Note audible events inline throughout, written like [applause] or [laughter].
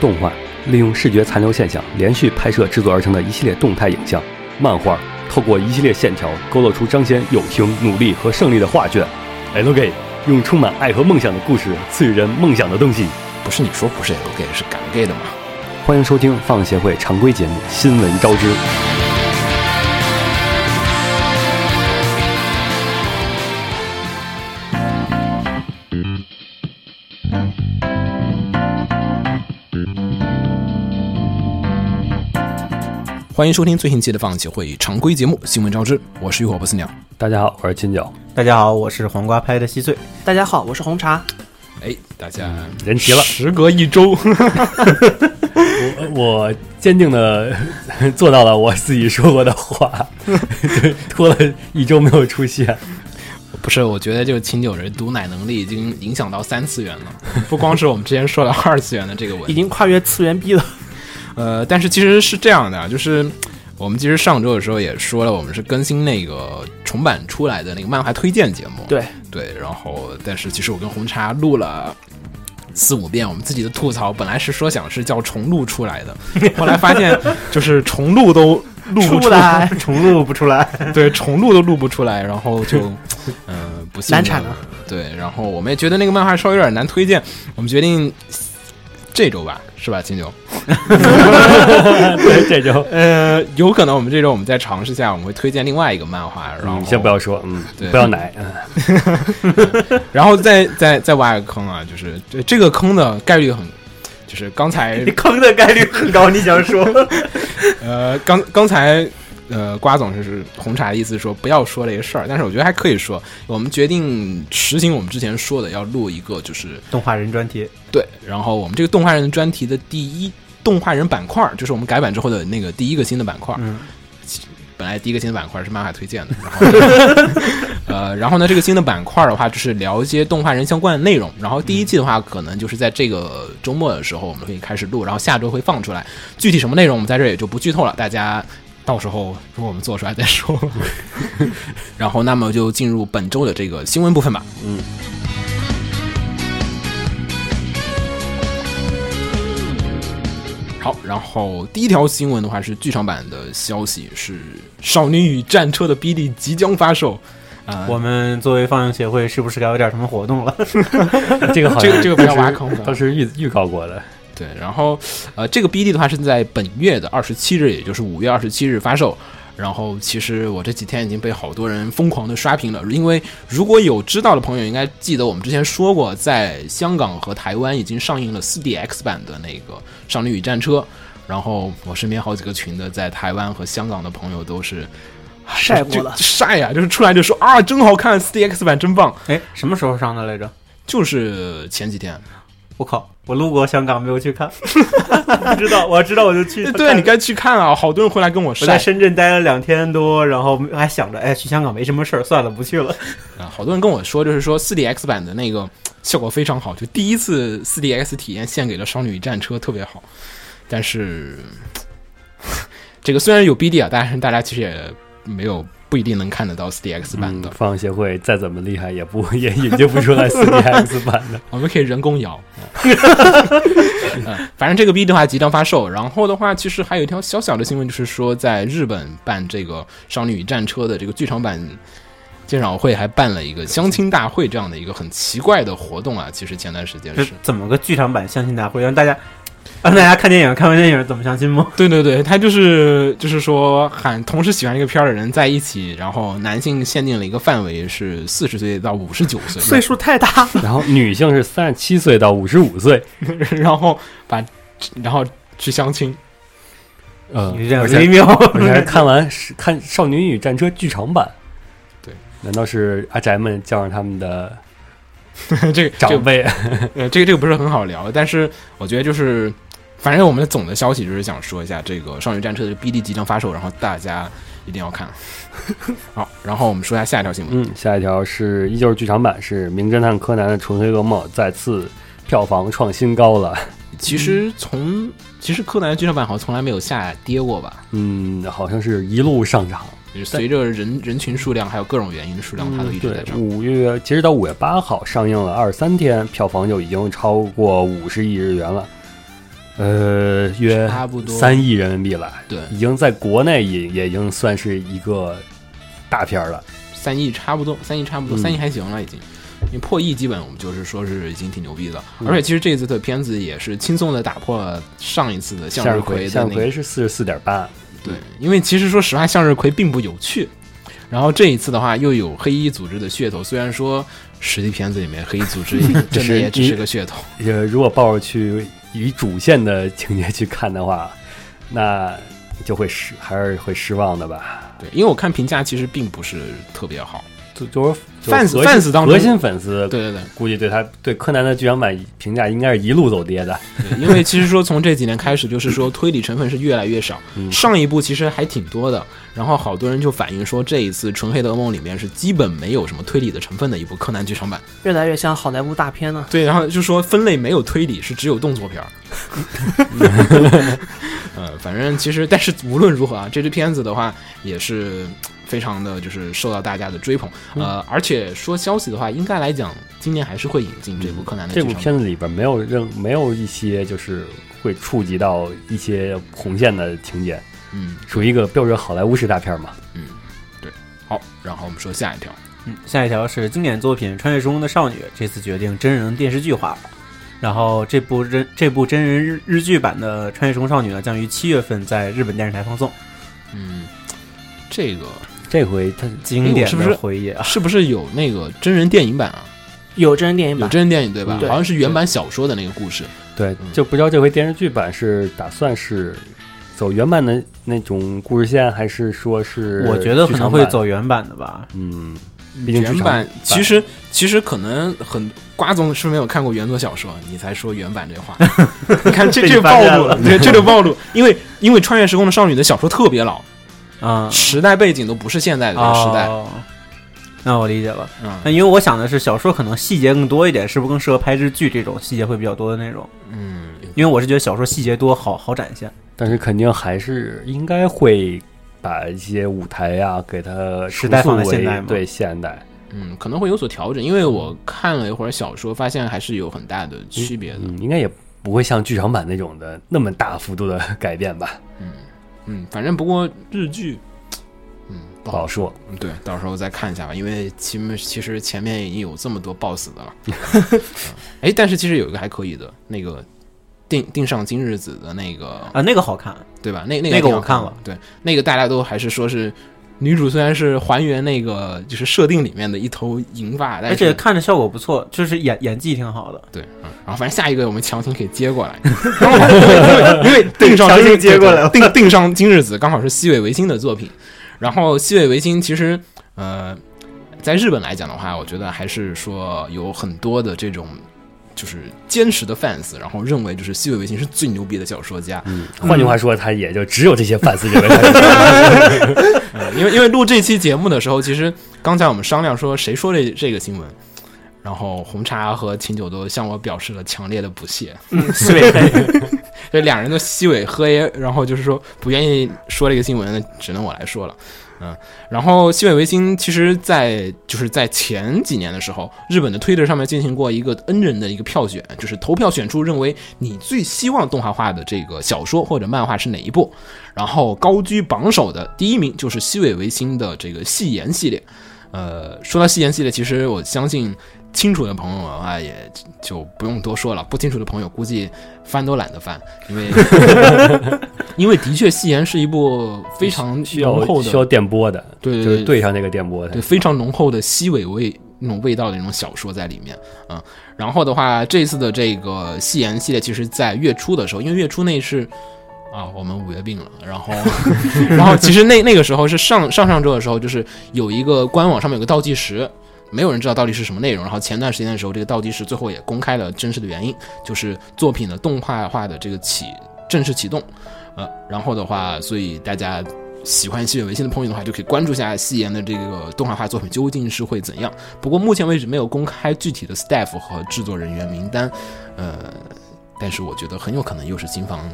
动画，利用视觉残留现象连续拍摄制作而成的一系列动态影像；漫画，透过一系列线条勾勒出彰显友情、努力和胜利的画卷。LG 用充满爱和梦想的故事赐予人梦想的东西。不是你说不是 L gay 是敢 gay 的吗？欢迎收听放协会常规节目《新闻招之》。欢迎收听最新期的放弃会议常规节目《新闻招之》，我是浴火不死鸟。大家好，我是金角，大家好，我是黄瓜拍的稀碎。大家好，我是红茶。哎，大家人齐了。时隔一周，我我坚定的做到了我自己说过的话， [laughs] 对，拖了一周没有出现。 [laughs] [laughs] 不是，我觉得这个秦九人毒奶能力已经影响到三次元了，不光是我们之前说的二次元的这个问已题。经跨越次元壁了。呃，但是其实是这样的，就是我们其实上周的时候也说了，我们是更新那个重版出来的那个漫画推荐节目，对，对，然后但是其实我跟红茶录了。四五遍我们自己的吐槽，本来是说想是叫重录出来的， [laughs] 后来发现就是重录都录不出不来 [laughs] 重录不出来，对，重录都录不出来，然后就，嗯、不幸地难产啊了。对，然后我们也觉得那个漫画稍微有点难推荐，我们决定这周吧，是吧，秦 [laughs] 九？对，这周呃，有可能我们这周我们再尝试一下，我们会推荐另外一个漫画，然后、你先不要说，嗯，对不要奶，嗯然后再再再挖一个坑啊，就是这这个坑的概率很，就是 [laughs] 刚才 [laughs] 你坑的概率很高。你想 [laughs] 说呃刚刚才。呃，瓜总是红茶的意思说不要说这个事儿，但是我觉得还可以说。我们决定实行我们之前说的，要录一个就是动画人专题？对，然后我们这个动画人专题的第一动画人板块儿，就是我们改版之后的那个第一个新的板块儿。嗯本来第一个新的板块儿是漫画推荐的，然后 [laughs] 呃，然后呢，这个新的板块儿的话，就是聊一些动画人相关的内容。然后第一季的话，可能就是在这个周末的时候我们会开始录，然后下周会放出来。具体什么内容，我们在这儿也就不剧透了，大家。到时候如果我们做出来 [laughs] 再说，然后那么就进入本周的这个新闻部分吧。嗯好，然后第一条新闻的话是剧场版的消息是《少女与战车》的 BD 即将发售。啊、我们作为放映协会，是不是该有点什么活动 [laughs] 了？这个好这像个这个不要挖 [laughs] 啊坑当的。时预预告过的，对，然后呃，这个 BD 的话是在本月的二十七日，也就是五月二十七日发售。然后其实我这几天已经被好多人疯狂的刷屏了，因为如果有知道的朋友应该记得我们之前说过，在香港和台湾已经上映了 4DX 版的那个《少女与战车》，然后我身边好几个群的在台湾和香港的朋友都是啊晒就过了就晒呀、就是出来就说啊，真好看，4DX 版真棒，哎，什么时候上的来着？就是前几天。我靠，我路过香港没有去 [laughs] 看，不知道，我知道我就去看。对，你该去看啊！好多人回来跟我我晒，在深圳待了两天多，然后还想着，哎，去香港没什么事儿，算了，不去了。啊，好多人跟我说，就是说 4DX 版的那个效果非常好，就第一次 4DX 体验献给了《少女与战车》，特别好。但是 [laughs] 这个虽然有 BD 啊，但是大家其实也没有不一定能看得到 4DX 版嗯的，，放映协会再怎么厉害也不也引进不出来 4DX 版 [laughs] 的。我们可以人工摇。嗯，反正这个 B 的话即将发售，然后的话，其实还有一条小小的新闻，就是说在日本办这个《少女与战车》的这个剧场版鉴赏会，还办了一个相亲大会这样的一个很奇怪的活动啊。其实前段时间这是，怎么个剧场版相亲大会？让大家让大家看电影，看完电影怎么相亲吗？对对对，他就是就是说喊同时喜欢一个片儿的人在一起，然后男性限定了一个范围是四十岁到五十九岁，岁数太大，然后女性是三十七岁到五十五岁， [laughs] 然后把然后去相亲。 [laughs] 嗯， [laughs] 你这样而且微妙，而且还看完是看《少女与战车》剧场版。对，难道是阿宅们叫上他们的这个这个长辈？呃，这个这个不是很好聊，但是我觉得就是，反正我们的总的消息就是想说一下这个《少女战车》的 BD 即将发售，然后大家一定要看。 [laughs] 好，然后我们说一下下一条新闻。嗯，下一条是依旧是剧场版，是《名侦探柯南》的《纯黑噩梦》再次票房创新高了。其实从其实柯南剧场版好像从来没有下跌过吧，嗯，好像是一路上涨，就是随着人人群数量还有各种原因的数量，它都一直在嗯对，涨。五月截止到五月八号上映了二十三天，票房就已经超过五十亿日元了。呃，约差不多三亿人民币吧，对已经在国内也也已经算是一个大片儿了。三亿差不多，三亿差不嗯多，三亿还行了已经。因为破亿基本我们就是说是已经挺牛逼的，嗯而且其实这一次的片子也是轻松的打破了上一次的向日葵的向那日个葵是四十四点八，对，因为其实说实话，向日葵并不有趣。然后这一次的话，又有黑衣组织的噱头，虽然说实际片子里面黑衣组织真的也只是个噱头，呃，如果抱着去以主线的情节去看的话， [laughs] 那就会失还是会失望的吧。对，因为我看评价其实并不是特别好。就就是就是 fans 核心 fans 当中核，心粉丝对对对，估计对他对柯南的剧场版评价应该是一路走跌的。对因为其实说从这几年开始，就是说推理成分是越来越少，嗯上一部其实还挺多的，然后好多人就反映说这一次《纯黑的噩梦》里面是基本没有什么推理的成分的一部柯南剧场版，越来越像好莱坞大片呢。对，然后就说分类没有推理，是只有动作片儿。 [laughs] 呃，反正其实，但是无论如何啊，这支片子的话也是嗯非常的就是受到大家的追捧。嗯呃，而且说消息的话，应该来讲，今年还是会引进这部柯嗯南的剧嗯这部场版。片子里边没有任没有一些就是会触及到一些红线的情节，嗯，属于一个标准好莱坞式大片嘛。好，然后我们说下一条。嗯，下一条是经典作品《穿越时空的少女》，这次决定真人电视剧化了。然后这部真这部真人日日剧版的《穿越时空少女》呢，将于七月份在日本电视台放送。嗯，这个这回他经哎我典是不是的回忆啊！是不是有那个真人电影版啊？有真人电 [laughs] 影有版，真人电影对吧？对好像是原版小说的那个故事。对嗯，就不知道这回电视剧版是打算是走原版的那种故事线，还是说是 [laughs] 我觉得可能剧会场版，走原版的吧。嗯，毕竟剧原场版其实其实可能很瓜总是没有看过原作小说，你才说原版这话。你看这被你这就暴发现露了对，这就暴露，因为因为《穿越时空的少女》的小说特别老，啊时代背景都不是现在的这个时代。哦哎那我理解了。嗯那因为我想的是，小说可能细节更多一点，是不是更适合拍日剧这种细节会比较多的内容？嗯，因为我是觉得小说细节多好好展现。但是肯定还是应该会把一些舞台呀、给它时代放在重塑为现代嘛对现代，嗯，可能会有所调整，因为我看了一会儿小说，发现还是有很大的区别的。嗯，应该也不会像剧场版那种的那么大幅度的改变吧，嗯，反正不过日剧，嗯，不不好好说。嗯，对，到时候再看一下吧，因为其其实前面已经有这么多 BOSS [laughs] 的了。嗯哎、但是其实有一个还可以的，那个定定上今日子的那个，啊，那个好看，对吧？那那那个个挺好我看的了，对，那个大家都还是说是女主虽然是还原那个就是设定里面的一头银发，但而是且看着效果不错，就是演演技挺好的。对，嗯，然后反正下一个我们强行给接过来， [laughs] 然后我们因为定上强今日行接过来了定定上今日子刚好是西尾维新的作品，然后西尾维新其实呃，在日本来讲的话，我觉得还是说有很多的这种。就是坚实的 fans，然后认为就是西尾维新是最牛逼的小说家，嗯，换句话说，他也就只有这些粉丝认为他是嗯因为因为录这期节目的时候，其实刚才我们商量说谁说这这个新闻，然后红茶和秦九都向我表示了强烈的不屑，西北黑，这两人都吸尾喝耶，然后就是说不愿意说这个新闻，那只能我来说了。嗯，然后西尾维新其实在，就是在前几年的时候，日本的推特上面进行过一个 N 人的一个票选，就是投票选出认为你最希望动画化的这个小说或者漫画是哪一部，然后高居榜首的第一名就是西尾维新的这个戏言系列。呃，说到戏言系列，其实我相信清楚的朋友啊，也就不用多说了，不清楚的朋友估计翻都懒得翻，因为因为的确《戏言》是一部非常 [laughs] 需浓厚要的需，要电波的，对就是对对对上那个电波才对，非常浓厚的西尾味那种味道的那种小说在里面啊。然后的话，这次的这个《戏言》系列，其实在月初的时候，因为月初那是。啊，我们五月病了，然后，然后其实那那个时候是上上上周的时候，就是有一个官网上面有个倒计时，没有人知道到底是什么内容。然后前段时间的时候，这个倒计时最后也公开了真实的原因，就是作品的动画化的这个启正式启动。呃，然后的话，所以大家喜欢西野维新的朋友的话，就可以关注一下戏言的这个动画化作品究竟是会怎样。不过目前为止没有公开具体的 staff 和制作人员名单，呃，但是我觉得很有可能又是金房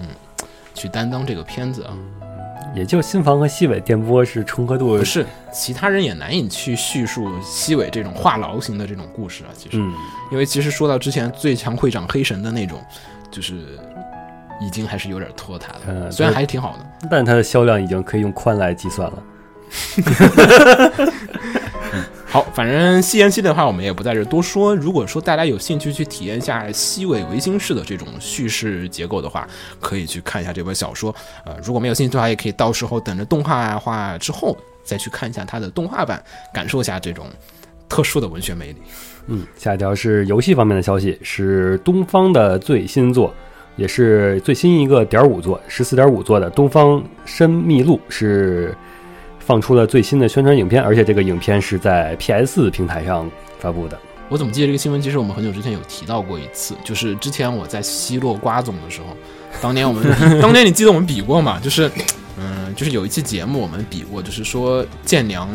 去担当这个片子啊，也就新房和西北电波是重合度不是其他人也难以去叙述西尾这种话痨型的这种故事啊。其实，嗯，因为其实说到之前最强会长黑神的那种，就是已经还是有点拖沓了，嗯虽然还是挺好的。但它的销量已经可以用宽来计算了。好，反正西延期的话，我们也不在这儿多说。如果说大家有兴趣去体验一下西尾维新式的这种叙事结构的话，可以去看一下这本小说。呃，如果没有兴趣的话，也可以到时候等着动画化之后再去看一下它的动画版，感受一下这种特殊的文学魅力。嗯，下一条是游戏方面的消息，是东方的最新作，也是最新一个点五作，十四点五做的《东方深秘录》是放出了最新的宣传影片，而且这个影片是在 PS 平台上发布的。我怎么记得这个新闻？其实我们很久之前有提到过一次，就是之前我在奚落瓜总的时候，当年我 [laughs] 们，当年你记得我们比过嘛？就是，嗯，就是有一期节目我们比过，就是说建良，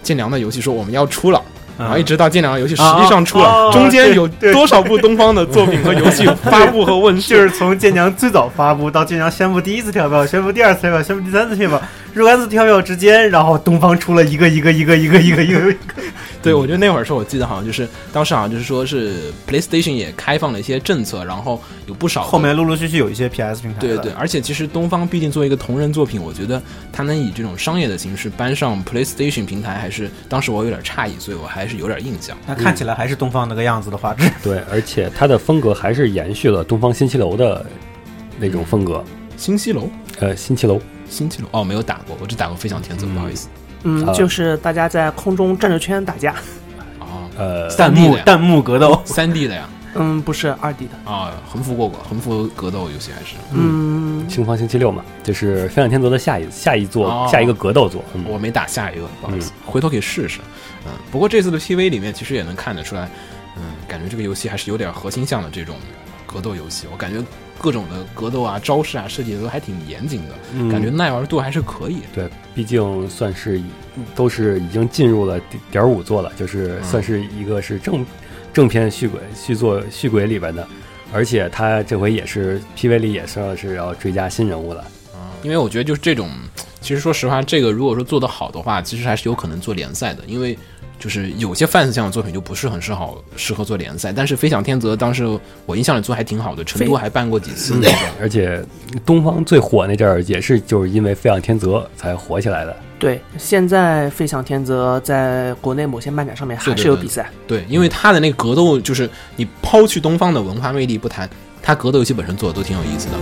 建良的游戏说我们要出了，嗯然后一直到建良的游戏实际上出啊了，啊中间有对对多少部东方的作品和游戏发布和问 [laughs] 世？就是从剑娘最早发布到剑娘宣布第一次跳票，宣布第二次跳票，宣布第三次跳票，若干次跳票之间，然后东方出了一个一个一个一个一个一个，对，我觉得那会儿是我记得好像就是当时好像就是说是 PlayStation 也开放了一些政策，然后有不少的后面陆陆续续有一些 PS 平台对了对，而且其实东方毕竟作为一个同人作品，我觉得它能以这种商业的形式搬上 PlayStation 平台，还是当时我有点诧异，所以我还是有点印象。那看起来还是东方那个样子的画质。对，而且它的风格还是延续了东方新七楼的那种风格，新西楼，呃，新七楼。新西楼，哦，没有打过，我只打过飞翔天尊，嗯不好意思。啊嗯，就是大家在空中转着圈打架，哦，呃，三 D 的呀弹幕格斗，三 D 的呀，嗯，不是二 D 的，啊、横幅过过，横幅格斗游戏还是。嗯，青方星期六嘛，就是飞向天泽的下一下一座、哦下一个格斗作。嗯我没打下一个，不好意思，回头可以试试。嗯，不过这次的 PV 里面其实也能看得出来，嗯，感觉这个游戏还是有点核心向的这种格斗游戏。我感觉各种的格斗啊、招式啊设计的都还挺严谨的，嗯感觉耐玩度还是可以。对，毕竟算是已都是已经进入了点儿五座了，就是嗯算是一个是正正片续轨续作续轨里边的，而且他这回也是 PV 里也算是要追加新人物了。因为我觉得就是这种，其实说实话，这个如果说做得好的话，其实还是有可能做联赛的，因为就是有些 fans 向的作品就不是很适好适合做联赛。但是飞翔天泽当时我印象里做还挺好的，成都还办过几次那种。而且东方最火那阵儿也是就是因为《飞向天泽》才火起来的。对，现在飞翔天泽在国内某些漫展上面还是有比赛，对，因为他的那个格斗，就是你抛去东方的文化魅力不谈，他格斗游戏本身做的都挺有意思的。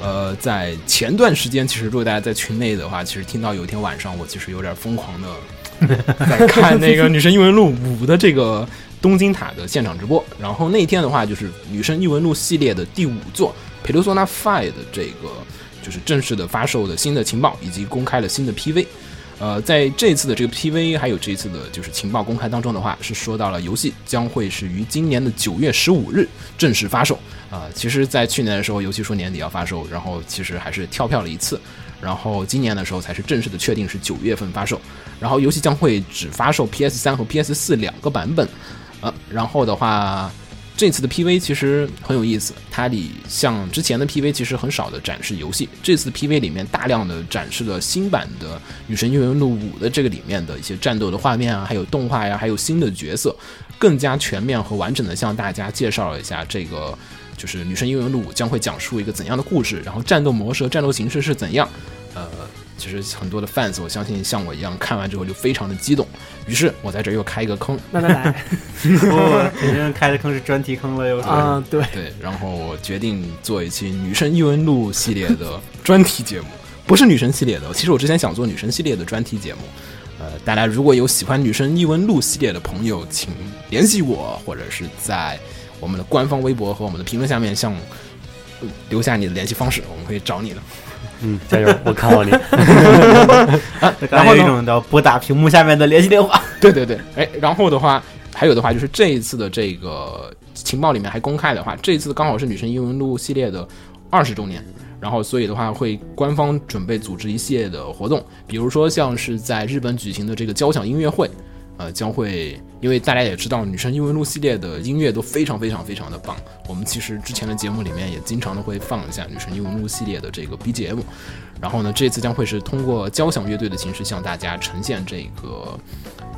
呃，在前段时间，其实如果大家在群内的话，其实听到有一天晚上，我其实有点疯狂的 [laughs] 在看那个《女神异闻录五》的这个东京塔的现场直播。然后那一天的话，就是《女神异闻录》系列的第五座《Persona Five》的这个就是正式的发售的新的情报，以及公开了新的 PV。呃，在这次的这个 PV 还有这一次的就是情报公开当中的话，是说到了游戏将会是于今年的九月十五日正式发售。啊、其实，在去年的时候，游戏说年底要发售，然后其实还是跳票了一次，然后今年的时候才是正式的确定是九月份发售，然后游戏将会只发售 PS 三和 PS 四两个版本，呃，然后的话，这次的 PV 其实很有意思，它里像之前的 PV 其实很少的展示游戏，这次的 PV 里面大量的展示了新版的《女神异闻录五》的这个里面的一些战斗的画面啊，还有动画呀、还有新的角色，更加全面和完整的向大家介绍了一下这个。就是《女神异闻录五》将会讲述一个怎样的故事，然后战斗模式和战斗形式是怎样。呃，其实很多的 fans 我相信像我一样看完之后就非常的激动，于是我在这儿又开一个坑，慢慢来哦，人家开的坑是专题坑了，又是。啊、对，对，然后我决定做一期《女神异闻录》系列的专题节目，不是女神系列的。其实我之前想做女神系列的专题节目，呃，大家如果有喜欢《女神异闻录》系列的朋友，请联系我，或者是在我们的官方微博和我们的评论下面向我呃留下你的联系方式，我们会找你的。嗯，加油，我看好你。然然后后呢有一种叫拨打屏幕下面的联系电话， [laughs] 对对对，哎，然后的话，还有的话就是这一次的这个情报里面还公开的话，这一次刚好是《女神异闻录》系列的二十周年，然后所以的话会官方准备组织一系列的活动，比如说像是在日本举行的这个交响音乐会。呃，将会因为大家也知道，女生英文录系列的音乐都非常非常非常的棒。我们其实之前的节目里面也经常的会放一下女生英文录系列的这个 BGM。然后呢，这次将会是通过交响乐队的形式向大家呈现这个，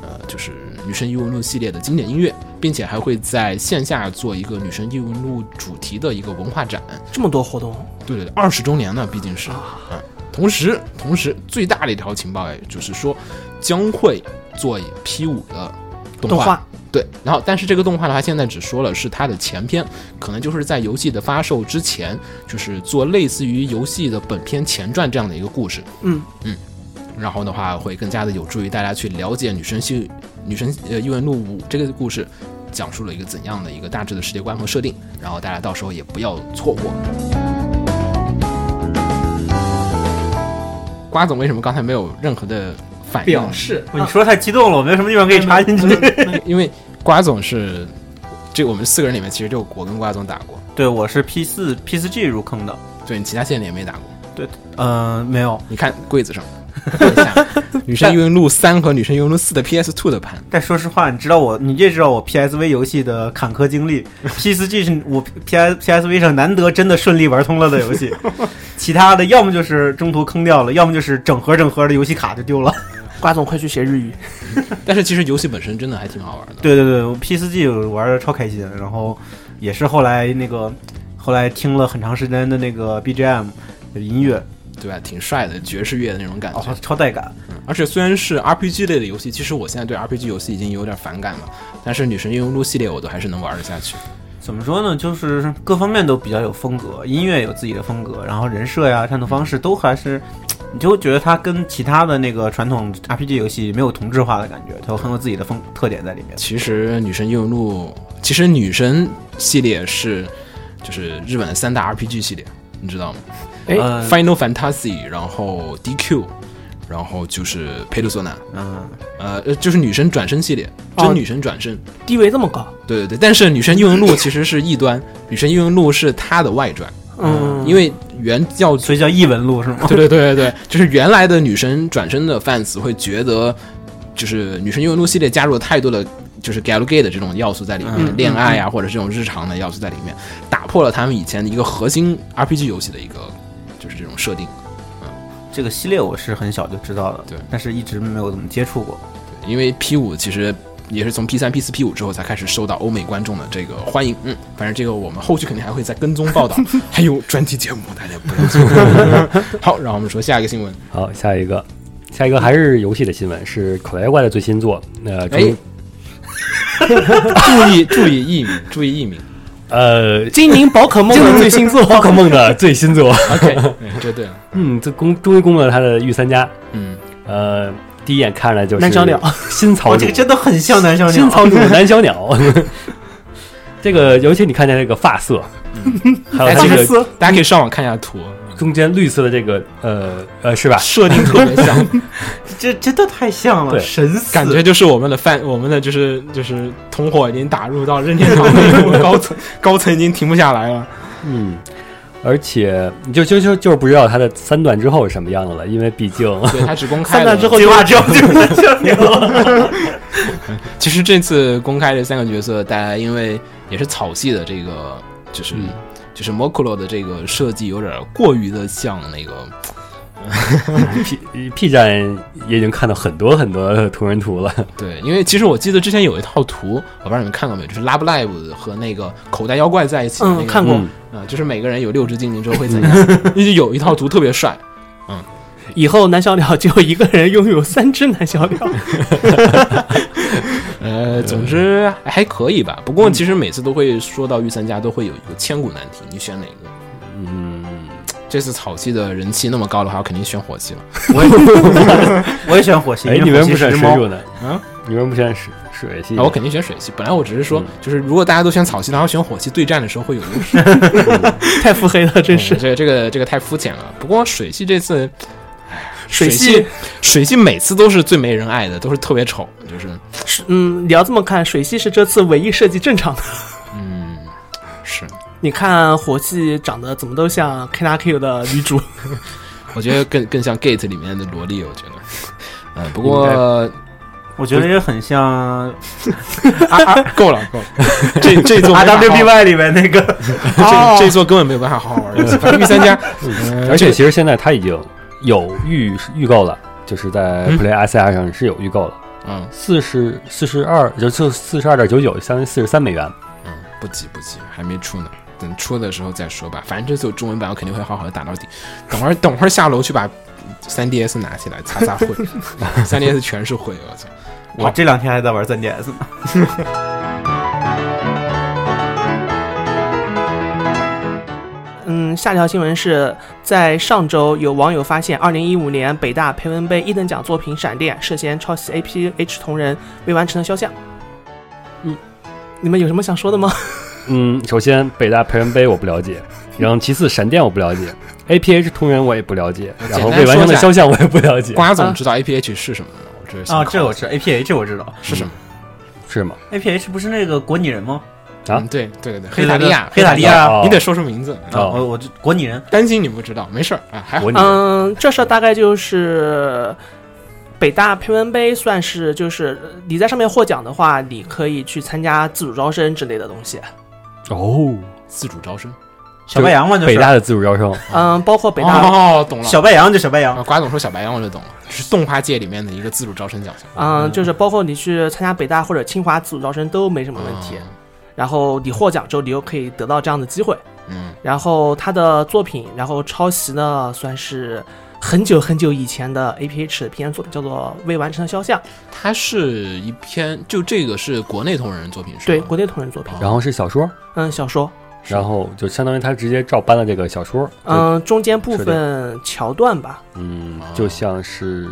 呃，就是女生英文录系列的经典音乐，并且还会在线下做一个女生英文录主题的一个文化展。这么多活动，对对对，二十周年呢，毕竟是嗯。同时，同时最大的一条情报哎，就是说将会做 P 五的动动画对，然后但是这个动画的话，现在只说了是它的前篇，可能就是在游戏的发售之前，就是做类似于游戏的本片前传这样的一个故事。嗯嗯，然后的话会更加的有助于大家去了解女生系女生呃异闻录五这个故事讲述了一个怎样的一个大致的世界观和设定，然后大家到时候也不要错过。瓜总为什么刚才没有任何的反应？表示你啊说太激动了，我没有什么地方可以插进去。因为瓜总是这我们四个人里面，其实就我跟瓜总打过，对，我是 P 四 P 四 G 入坑的。对你其他线也没打过。嗯、没有，你看柜子上，看一下 [laughs] 女生英文录三和女生英文录四的 PS Two 的盘，但说实话，你知道我，你也知道我 PSV 游戏的坎坷经历。P 四 G 是我 P S PSV 上难得真的顺利玩通了的游戏，其他的要么就是中途坑掉了，要么就是整盒整盒的游戏卡就丢了。瓜总快去学日语，但是其实游戏本身真的还挺好玩的。对对对，我 P 四 G 玩的超开心，然后也是后来那个后来听了很长时间的那个 BGM 的音乐，对吧？挺帅的爵士乐的那种感觉。哦，超带感。而且虽然是 RPG 类的游戏，其实我现在对 RPG 游戏已经有点反感了，但是《女神异闻录》系列我都还是能玩得下去。怎么说呢？就是各方面都比较有风格，音乐有自己的风格，然后人设呀、战斗方式都还是，你就会觉得它跟其他的那个传统 RPG 游戏没有同质化的感觉，它有很有自己的风特点在里面。其实《女神异闻录》，其实《女神》系列是就是日本的三大 RPG 系列，你知道吗、哎嗯 f i n a l Fantasy，然后 DQ，然后就是《佩鲁索纳》，嗯，呃，呃就是女神转身系列，哦真女神转身。地位这么高，对对对，但是《女神异闻录》其实是异端，《女神异闻录》是它的外传，嗯，因为原叫所以叫异闻录是吗？ [laughs] 对 [laughs] 对对对对，就是原来的女神转身的 fans 会觉得，就是女神异闻录系列加入了太多的就是 gal gay 的这种要素在里面，嗯恋爱啊，或者这种日常的要素在里面，打破了他们以前的一个核心 RPG 游戏的一个就是这种设定。这个系列我是很小就知道的，对哦但是一直没有怎么接触过。对因为 P 五其实。也是从 P 三、P 四、P 五之后才开始受到欧美观众的这个欢迎，嗯，反正这个我们后续肯定还会再跟踪 [laughs] 报道，还有专题节目，大家不要错过。好，然后我们说下一个新闻，好，下一个，下一个还是游戏的新闻，是口袋怪的最新作。呃，终于哎 [laughs] 注意注意译名，注意译名。呃，精灵宝可梦的最新作，宝可梦的最新作， [laughs] OK，嗯这对了，嗯，这公终于公布了他的御三家。嗯，呃，第一眼看了就是南小鸟，新草 [laughs] 哦，主这个，真的很像男小新鸟。草主南小鸟。 [laughs] 这个，尤其你看见这个发色，嗯还有它哎这其个实大家可以上网看一下图，中间绿色的这个，呃呃，是吧？设定特别像，这真的太像了，对神似。感觉就是我们的饭，我们的就是就是同伙已经打入到任天堂那种高层， [laughs] 高层已经停不下来了。嗯，而且你就就就就是不知道它的三段之后是什么样的了，因为毕竟对，他只公开三了段之后计就划之后就是男小鸟。其实这次公开这三个角色，大家因为也是草系的这个，就是、就是 Mokulo 的这个设计有点过于的像那个 [laughs] P P 站也已经看到很多很多同人图了。对，因为其实我记得之前有一套图，我不知道你们看过没，就是 Love Live 和那个口袋妖怪在一起的那个、嗯，看过，嗯，啊、就是每个人有六只精灵之后会怎样？ [laughs] 因为有一套图特别帅，以后南小鸟只有一个人拥有三只南小鸟，呃，嗯总之还可以吧。不过其实每次都会说到御三家，都会有一个千古难题，你选哪个？ [laughs] 嗯，这次草系的人气那么高的话，我肯定选火系了。我也我也喜欢火星，哎，因为你为火什么不选星时水髦主呢？啊，你为什么不选水水系？嗯啊，我肯定选水系。本来我只是说嗯，就是如果大家都选草系，然后选火系对战的时候会有 [laughs] 优势。太腹黑了，真是。这个这个这个太肤浅了。不过水系这次，唉水系系水系每次都是最没人爱的，都是特别丑，就是是嗯，你要这么看，水系是这次唯一设计正常的。嗯是。你看火系长得怎么都像 K N Q 的女主， [laughs] 我觉得更更像 Gate 嗯里面的萝莉，我觉得。呃，不应过我觉得也很像啊 [laughs] 够了够了，这这啊座没法好 RWBY 里面那个，这这座根本没有办法好好玩游戏，反正御三 [laughs] 家，呃而且其实现在它已经有预预告了，就是在嗯 Play SR 上是有预告了，嗯四十四十二就就四十二点九九，相当于四十三美元。嗯，不急不急，还没出呢。等出的时候再说吧，反正这次有中文版我肯定会好好的打到底。等会儿等会儿下楼去把 3DS 拿起来擦擦灰 [laughs] ，3DS 全是灰，我操！我这两天还在玩 3DS 呢。嗯，下条新闻是在上周有网友发现，二零一五年北大培文杯一等奖作品《闪电》涉嫌抄袭 APH 同人未完成的肖像。嗯，你们有什么想说的吗？嗯，首先北大培文杯我不了解，然后其次闪电我不了解，APH 同人我也不了解，然后简单未完成说一的下肖像我也不了解，瓜总知道 APH 是什么吗？我这啊，想这考我知道，APH 我知道是什么？是吗？ ，APH 不是那个国拟人吗？啊嗯，对对对对，黑塔利亚，黑塔利亚哦你得说出名字。哦啊，我我这国拟人，担心你不知道，没事儿啊，还好我。女儿 [laughs] 嗯，这事儿大概就是北大培文杯算是就是你在上面获奖的话，你可以去参加自主招生之类的东西。哦，自主招生，小白羊嘛，就是北大的自主招生，嗯，包括北大哦，懂了。小白羊就小白羊啊，瓜总说小白羊我就懂了，这是动画界里面的一个自主招生奖项。嗯，就是包括你去参加北大或者清华自主招生都没什么问题。然后你获奖之后，你又可以得到这样的机会。嗯，然后他的作品，然后抄袭呢，算是很久很久以前的 APH 的篇作品，叫做《未完成的肖像》，嗯，它是一篇，就这个是国内同人作品是对，吗哦国内同人作品。然后是小说，嗯，小说。是然后就相当于他直接照搬了这个小说，就嗯，中间部分桥段吧，嗯，哦就像是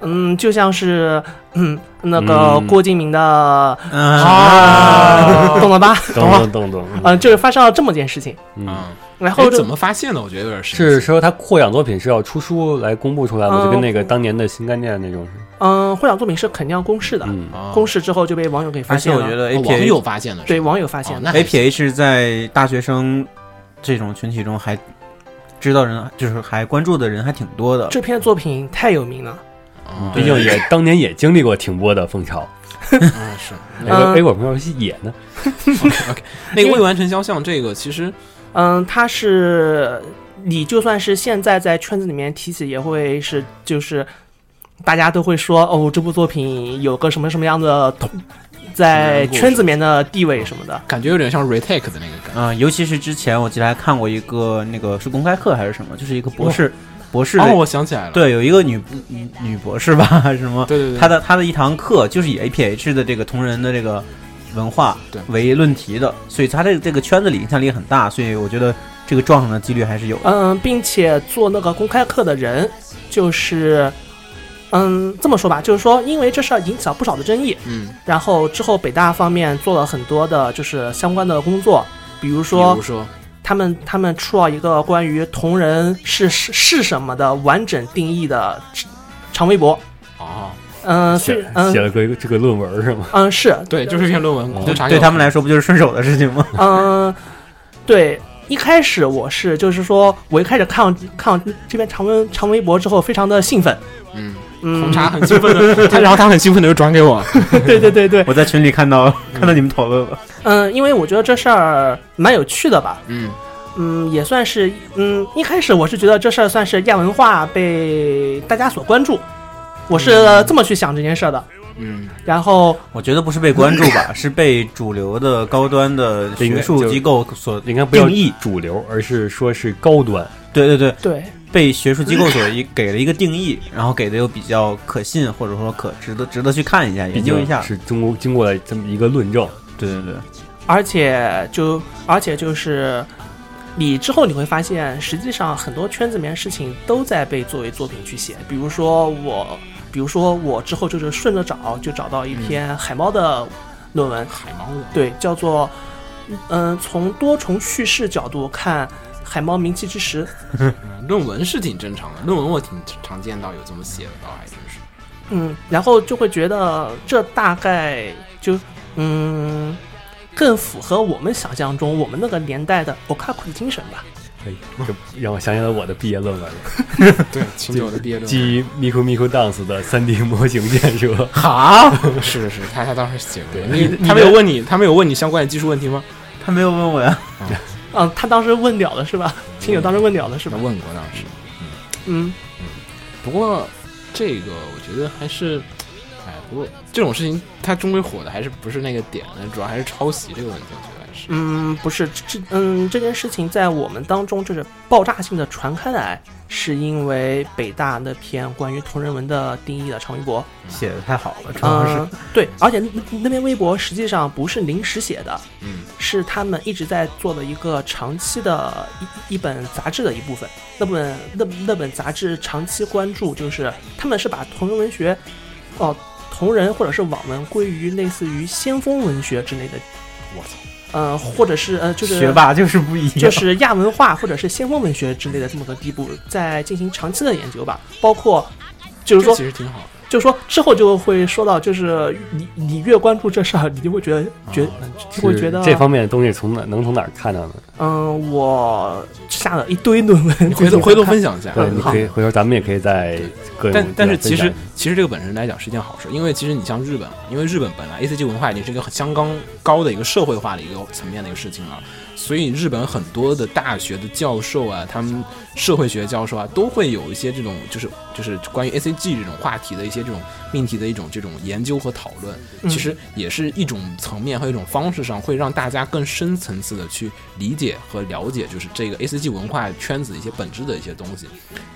嗯，就像是嗯那个嗯郭敬明的，嗯啊， [laughs] 懂了吧？咚咚咚咚，嗯，就是发生了这么件事情，嗯，啊，然哎后怎么发现的？我觉得有点神奇是说他获奖作品是要出书来公布出来吗？嗯就跟那个当年的新概念那种似的，嗯，获奖作品是肯定要公示的，嗯，啊，公示之后就被网友给发而且现我了，觉得哦网 APH 友发现的，对是吗网友发哦现的，那还行 APH 在大学生这种群体中还知道人，就是还关注的人还挺多的。这篇作品太有名了，啊嗯毕竟也当年也经历过停播的风潮，啊是哎，我哎，我朋友是野呢，那个未完成肖像这个其实嗯，它是你就算是现在在圈子里面提起，也会是就是大家都会说哦，这部作品有个什么什么样的同在圈子里面的地位什么的，感觉有点像 retake 的那个感觉。啊、尤其是之前我记得还看过一个那个是公开课还是什么，就是一个博士、博士的、哦，我想起来了，对，有一个女女女博士吧， [laughs] 什么对对对，她的她的一堂课就是以 APH 的这个同人的这个文化对为论题的，所以她这这个圈子里影响力很大，所以我觉得这个撞上的几率还是有的。嗯，并且做那个公开课的人就是。嗯，这么说吧，就是说，因为这事儿引起了不少的争议，嗯，然后之后北大方面做了很多的，就是相关的工作，比比如说如说他们他们出了一个关于同人是是是什么的完整定义的长微博。哦，嗯、写虽嗯写了个这个论文是吗？ [laughs] 嗯、是对，就是一篇论文，嗯就对查给对我他们来说不就是顺手的事 [laughs] 情吗？嗯、对。一开始我是就是说，我一开始看看这篇长文长微博之后，非常的兴奋。嗯，红嗯，茶很兴奋的， [laughs] 他然后他很兴奋的又转给我， [laughs] 对对对对，我在群里看到看到你们讨论了，嗯、因为我觉得这事儿蛮有趣的吧，嗯，嗯，也算是，嗯，一开始我是觉得这事儿算是亚文化被大家所关注，我是这么去想这件事儿的。嗯，然后，我觉得不是被关注 [laughs] 吧，是被主流的高端的应该学术就机构所应该不要定义主流，而是说是高端，对对对对，被学术机构所一给了一个定义，然后给的又比较可信，或者说可值得值得去看一下、毕研究竟一下。是中国经过了这么一个论证，对对对，而且就而且就是，你之后你会发现，实际上很多圈子里面的事情都在被作为作品去写。比如说我，比如说我之后就是顺着找，就找到一篇海猫的论文，海猫的，对，叫做嗯、从多重叙事角度看海猫名气之时。嗯论文是挺正常的，论文我挺常见到有这么写的，倒还真是。嗯，然后就会觉得这大概就嗯，更符合我们想象中我们那个年代的 otaku 的精神吧。可以，这让我想起来我的毕业论文了，对，秦九的毕业论文。基于 Miku Miku Dance 的 3D 模型建 [laughs] 设。哈，是是是，他他当时写过，你他没有问你，他没有问你相关的技术问题吗？他没有问我呀，嗯，他当时问鸟了是吧？亲友当时问鸟了是他吧？问过当时，嗯，不过这个我觉得还是，哎，不过这种事情它终归火的还是不是那个点，主要还是抄袭这个问题，我觉得还是。嗯，不是这嗯这件事情在我们当中就是爆炸性的传开来，是因为北大那篇关于同人文的定义的长微博。写的太好了，主要是嗯，对，而且那那篇微博实际上不是临时写的，嗯，是他们一直在做的一个长期的一一本杂志的一部分。那本那那本杂志长期关注，就是他们是把同人文学，哦、同人或者是网文归于类似于先锋文学之类的，我操，呃，或者是呃，就是学霸就是不一样，就是亚文化或者是先锋文学之类的这么个地步，在进行长期的研究吧，包括。就是这说其，实挺好的，就是说之后就会说到，就是你你越关注这事儿，你就会觉得觉啊就会觉得这方面的东西从哪能从哪儿看到呢？嗯，我下了一堆论文，你回头回头分享享。一下。对，嗯你好可以回头咱们也可以在各种啊但但是地方分其享实其实这个本身来讲是一件好事，因为其实你像日本，因为日本本来 A C G 文化已经是一个很相当高的一个社会化的一个层面的一个事情了，所以日本很多的大学的教授啊，他们社会学教授啊，都会有一些这种就是就是关于 A C G 这种话题的一些这种命题的一种这种研究和讨论，嗯其实也是一种层面和一种方式上会让大家更深层次的去理解和了解，就是这个 A C G 文化圈子一些本质的一些东西。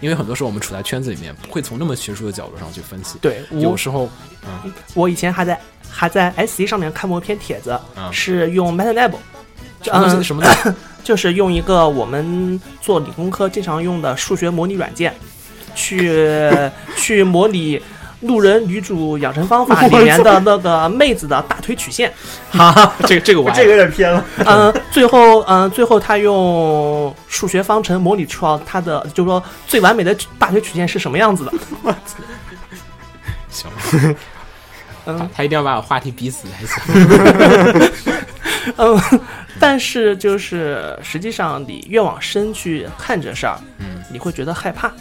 因为很多时候我们处在圈子里面，不会从那么学术的角度上去分析。 [laughs] 对我有，时候，我以前还在还在 S 一上面看过一篇帖子，嗯是用 MetaLab，什么东西什么东西，就是用一个我们做理工科经常用的数学模拟软件，去去模拟。路人女主养成方法里面的那个妹子的大腿曲线，这个这个我还这个有点偏了，嗯，最后，嗯，最后他用数学方程模拟出了他的，就是说最完美的大腿曲线是什么样子的。行，他嗯他一定要把我话题逼死才行。嗯，但是就是实际上你越往深去看这事儿，嗯，你会觉得害怕。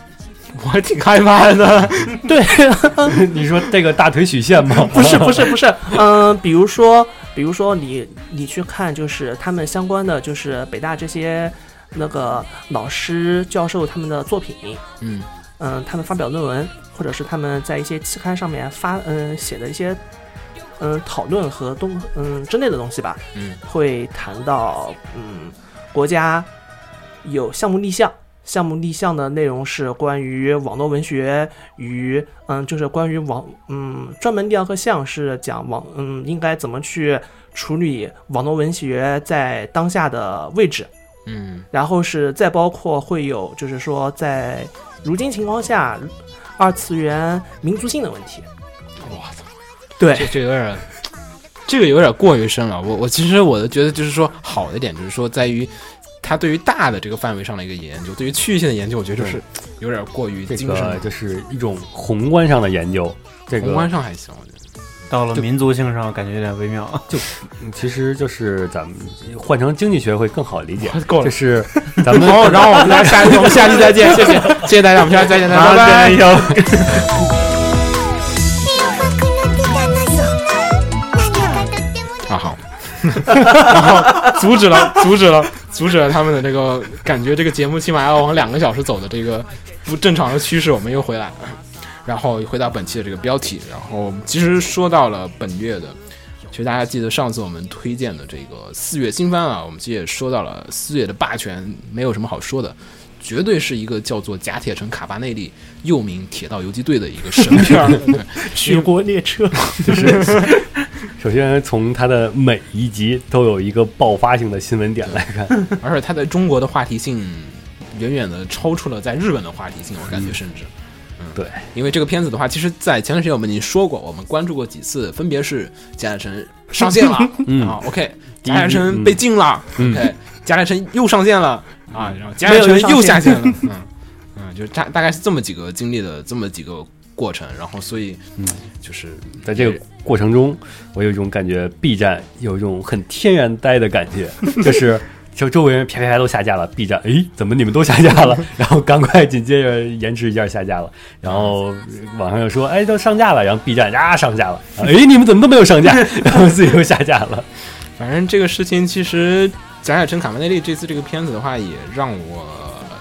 我还挺害怕的。对， [laughs] 你说这个大腿曲线 [laughs] 吗？不是不是不是，嗯、比如说比如说你你去看就是他们相关的就是北大这些那个老师教授他们的作品，嗯嗯，他们发表论文，或者是他们在一些期刊上面发嗯写的一些嗯讨论和东嗯之类的东西吧，嗯，会谈到嗯国家有项目立项。项目立项的内容是关于网络文学与嗯，就是关于网嗯专门第二个项是讲网嗯应该怎么去处理网络文学在当下的位置，嗯然后是再包括会有，就是说在如今情况下，二次元民族性的问题。我操，这对，嗯这有点，这个有点过于深了。我我其实我的觉得就是说，好的一点就是说在于。他对于大的这个范围上的一个研究，对于区域性的研究，我觉得就是有点过 [laughs] 于这精深个了。就是一种宏观上的研究，这宏观个上还行，我觉得。到了对民族性上感觉有点微妙，嗯其实就是咱们换成经济学会更好理 [laughs] 解，够就。是咱们 [laughs] [laughs] 好，然后我们来下，我们下期再见，谢谢，谢谢大家，我们下期再见，大家拜拜。啊好， [laughs] 然后阻止了，阻止了，阻止了他们的这个感觉，这个节目起码要往两个小时走的这个不正常的趋势，我们又回来了，然后回到本期的这个标题，然后其实说到了本月的。其实大家记得上次我们推荐的这个四月新番啊，我们其实也说到了四月的霸权，没有什么好说的，绝对是一个叫做《甲铁城卡巴内利》，又名《铁道游击队》的一个神片儿。对举国列车。首先从它的每一集都有一个爆发性的新闻点来看，而且它在中国的话题性远远的超出了在日本的话题性，我感觉甚至。嗯嗯对，因为这个片子的话，其实，在前段时间我们已经说过，我们关注过几次，分别是贾乃城上线 [laughs] 了，嗯啊，OK，第一贾乃城被禁了、嗯 o k 贾乃城又上线了，啊，然后贾没乃有城人上又线下线了，嗯嗯，就是大大概是这么几个经历的这么几个过程，然后所以，嗯就是在这个过程中，我有一种感觉，B 站有一种很天然呆的感觉，就是就周围人啪啪啪都下架了，B 站诶，怎么你们都下架 [laughs] 了？然后赶快紧接着延迟一下下架了，然后呃网上又说哎都上架了，然后 B 站呀上架了，诶，你们怎么都没有上 [laughs] 架？然后自己又下架了。反正这个事情其实贾乃成卡梅内利这次这个片子的话，也让我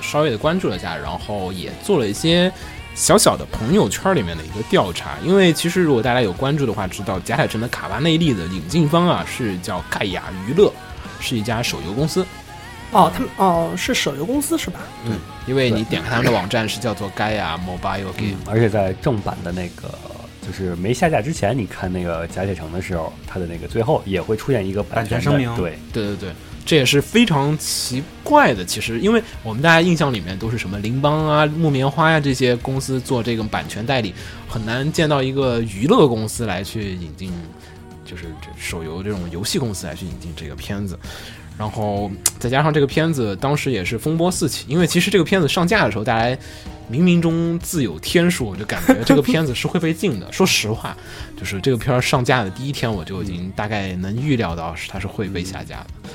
稍微的关注了一下，然后也做了一些小小的朋友圈里面的一个调查。因为其实如果大家有关注的话，知道贾乃成的卡巴内利的引进方啊是叫盖亚娱乐，是一家手游公司。哦，他们哦是手游公司是吧？因为你点开他们的网站是叫做盖亚 Mobile 嗯 Game，而且在正版的那个就是没下架之前，你看那个假铁城的时候，它的那个最后也会出现一个版版权的声明对，对对对，这也是非常奇怪的。其实，因为我们大家印象里面都是什么羚邦啊、木棉花呀、这些公司做这个版权代理，很难见到一个娱乐公司来去引进，就是这手游这种游戏公司来去引进这个片子。然后再加上这个片子当时也是风波四起，因为其实这个片子上架的时候，大家冥冥中自有天数，我就感觉这个片子是会被禁的。说实话，就是这个片儿上架的第一天，我就已经大概能预料到是它是会被下架的。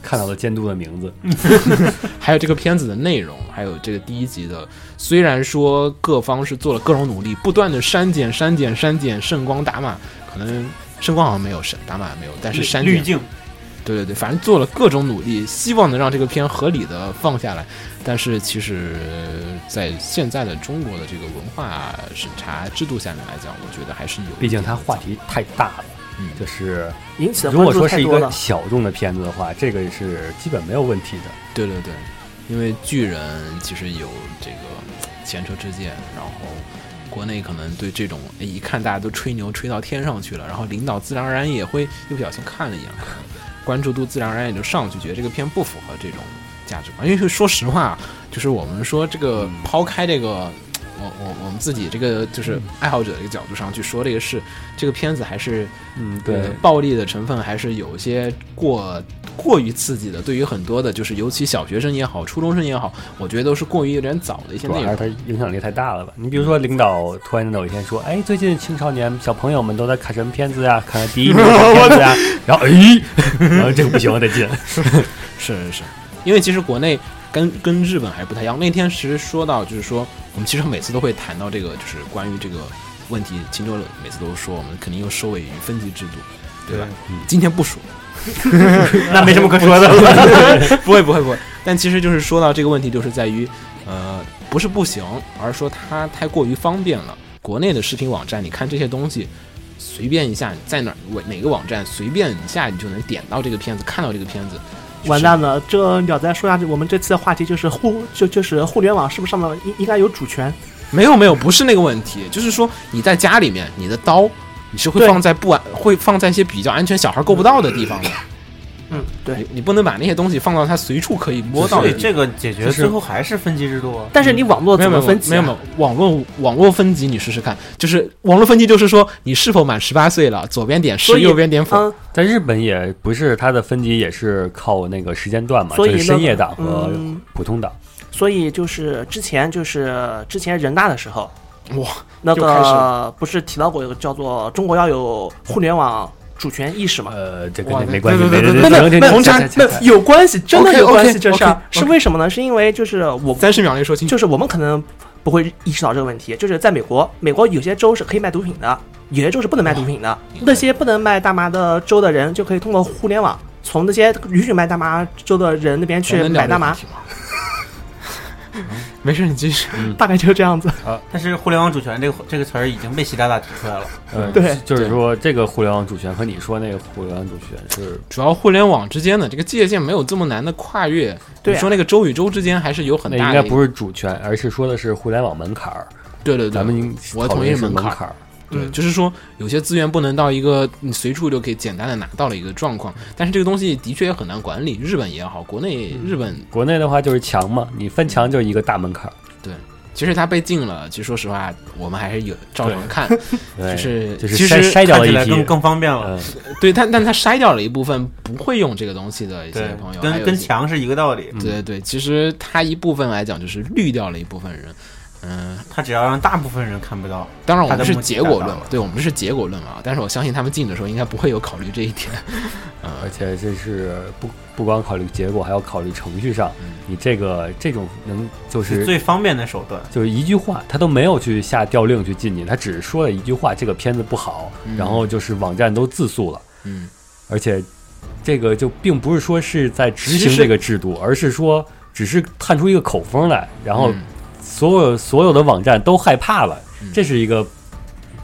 看到了监督的名字，还有这个片子的内容，还有这个第一集的，虽然说各方是做了各种努力，不断的删减、删减、删减，圣光打码，可能圣光好像没有，删打码没有，但是删滤减，镜，对对对，反正做了各种努力，希望能让这个片合理的放下来。但是其实，呃在现在的中国的这个文化审查制度下面来讲，我觉得还是有，毕竟它话，题太大了，嗯，就是引起的如关果注说太是一多个了。小众的片子的话，这个是基本没有问题的。对对对，因为巨人其实有这个前车之鉴，然后国内可能对这种哎一看大家都吹牛吹到天上去了，然后领导自然而然也会一不小心看了一眼，可能关注度自然而然也就上去，觉得这个片不符合这种价值观。因为说实话，就是我们说这个抛开这个。我我我们自己这个就是爱好者这个角度上去说这个事，这个片子还是嗯，呃暴力的成分还是有一些过过于刺激的。对于很多的，就是尤其小学生也好，初中生也好，我觉得都是过于有点早的一些主内要还是容。它影响力太大了吧？你比如说，领导突然有一天说：“哎，最近青少年小朋友们都在看什么片子呀？看第一名什么片子呀？”然后哎，然后这个不行，我得进。是是是，因为其实国内跟跟日本还不太一样。那天其实说到，就是说我们其实每次都会谈到这个，就是关于这个问题，秦州每次都说我们肯定又收尾于分级制度，对吧？今天不说，那没什么可说 [laughs] 的了。不会不会不会。但其实就是说到这个问题，就是在于，呃，不是不行，而是说它太过于方便了。国内的视频网站，你看这些东西，随便一下，你在哪儿哪个网站随便一下，你就能点到这个片子，看到这个片子。就是完蛋了，这鸟再说下去，我们这次的话题就是互就就是互联网是不是上面应应该有主权？没有没有，不是那个问题，就是说你在家里面，你的刀你是会对放在不安，会放在一些比较安全、小孩够不到的地方的。嗯，对。你你不能把那些东西放到他随处可以摸到所的地以方。这个解决最后还是分级制度啊。但是你网络怎么分级、没啊？有没有网络网络分级，你试试看，就是网络分级，就是说你是否满十八岁了，左边点所十，以右边点否。嗯，在日本也不是它的分级也是靠那个时间段嘛，所以就呢是深夜档和嗯普通档。所以就是之前就是之前人大的时候，哇，那又开始个不是提到过有个叫做中国要有互联网主权意识吗？呃，这哇跟这没关系，对对对对对对对，红茶那有关系，真的有 OK，OK，关系这事儿 OK，OK 是为什么呢？是因为就是我三十秒内说清楚。就是我们可能不会意识到这个问题，就是在美国，美国有些州是可以卖毒品的，有些州是不能卖毒品的。那些不能卖大麻的州的人，就可以通过互联网，从那些允许卖大麻州的人那边去能聊买这个大麻问，题吗？ [laughs] 没事，你继续。大概就是这样子。但是互联网主权这个这个词儿已经被习大大提出来了。呃，对就是说这个互联网主权和你说那个互联网主权是主要互联网之间的这个界限没有这么难的跨越。对啊你说那个州与州之间还是有很那大应的该一个。不是主权，而是说的是互联网门槛儿。对对对，咱们我讨同论意是门槛槛。儿。对，嗯就是说有些资源不能到一个你随处就可以简单的拿到的一个状况，但是这个东西的确也很难管理。日本也好，国内嗯日本国内的话就是墙嘛，你翻墙就是一个大门槛儿。其实它被禁了，其实说实话，我们还是有照常看，对是就是其筛实筛掉看了起一来更批。更方便了。嗯，对，但但它筛掉了一部分不会用这个东西的一些对朋，友，还有跟一跟些墙是一个道理。对对对，其实它一部分来讲就是滤掉了一部分人。嗯，他只要让大部分人看不到，当然我们他的是目的结果达论到嘛了，对我们是结果论嘛，但是我相信他们进的时候应该不会有考虑这一点。而且这是不不光考虑结果，还要考虑程序上，嗯你这个这种能就是是最方便的手段。就是一句话，他都没有去下调令去禁你，他只是说了一句话，这个片子不好，嗯然后就是网站都自诉了，嗯，而且这个就并不是说是在执其实行这个制度，而是说只是探出一个口风来，然后嗯所有所有的网站都害怕了嗯，这是一个，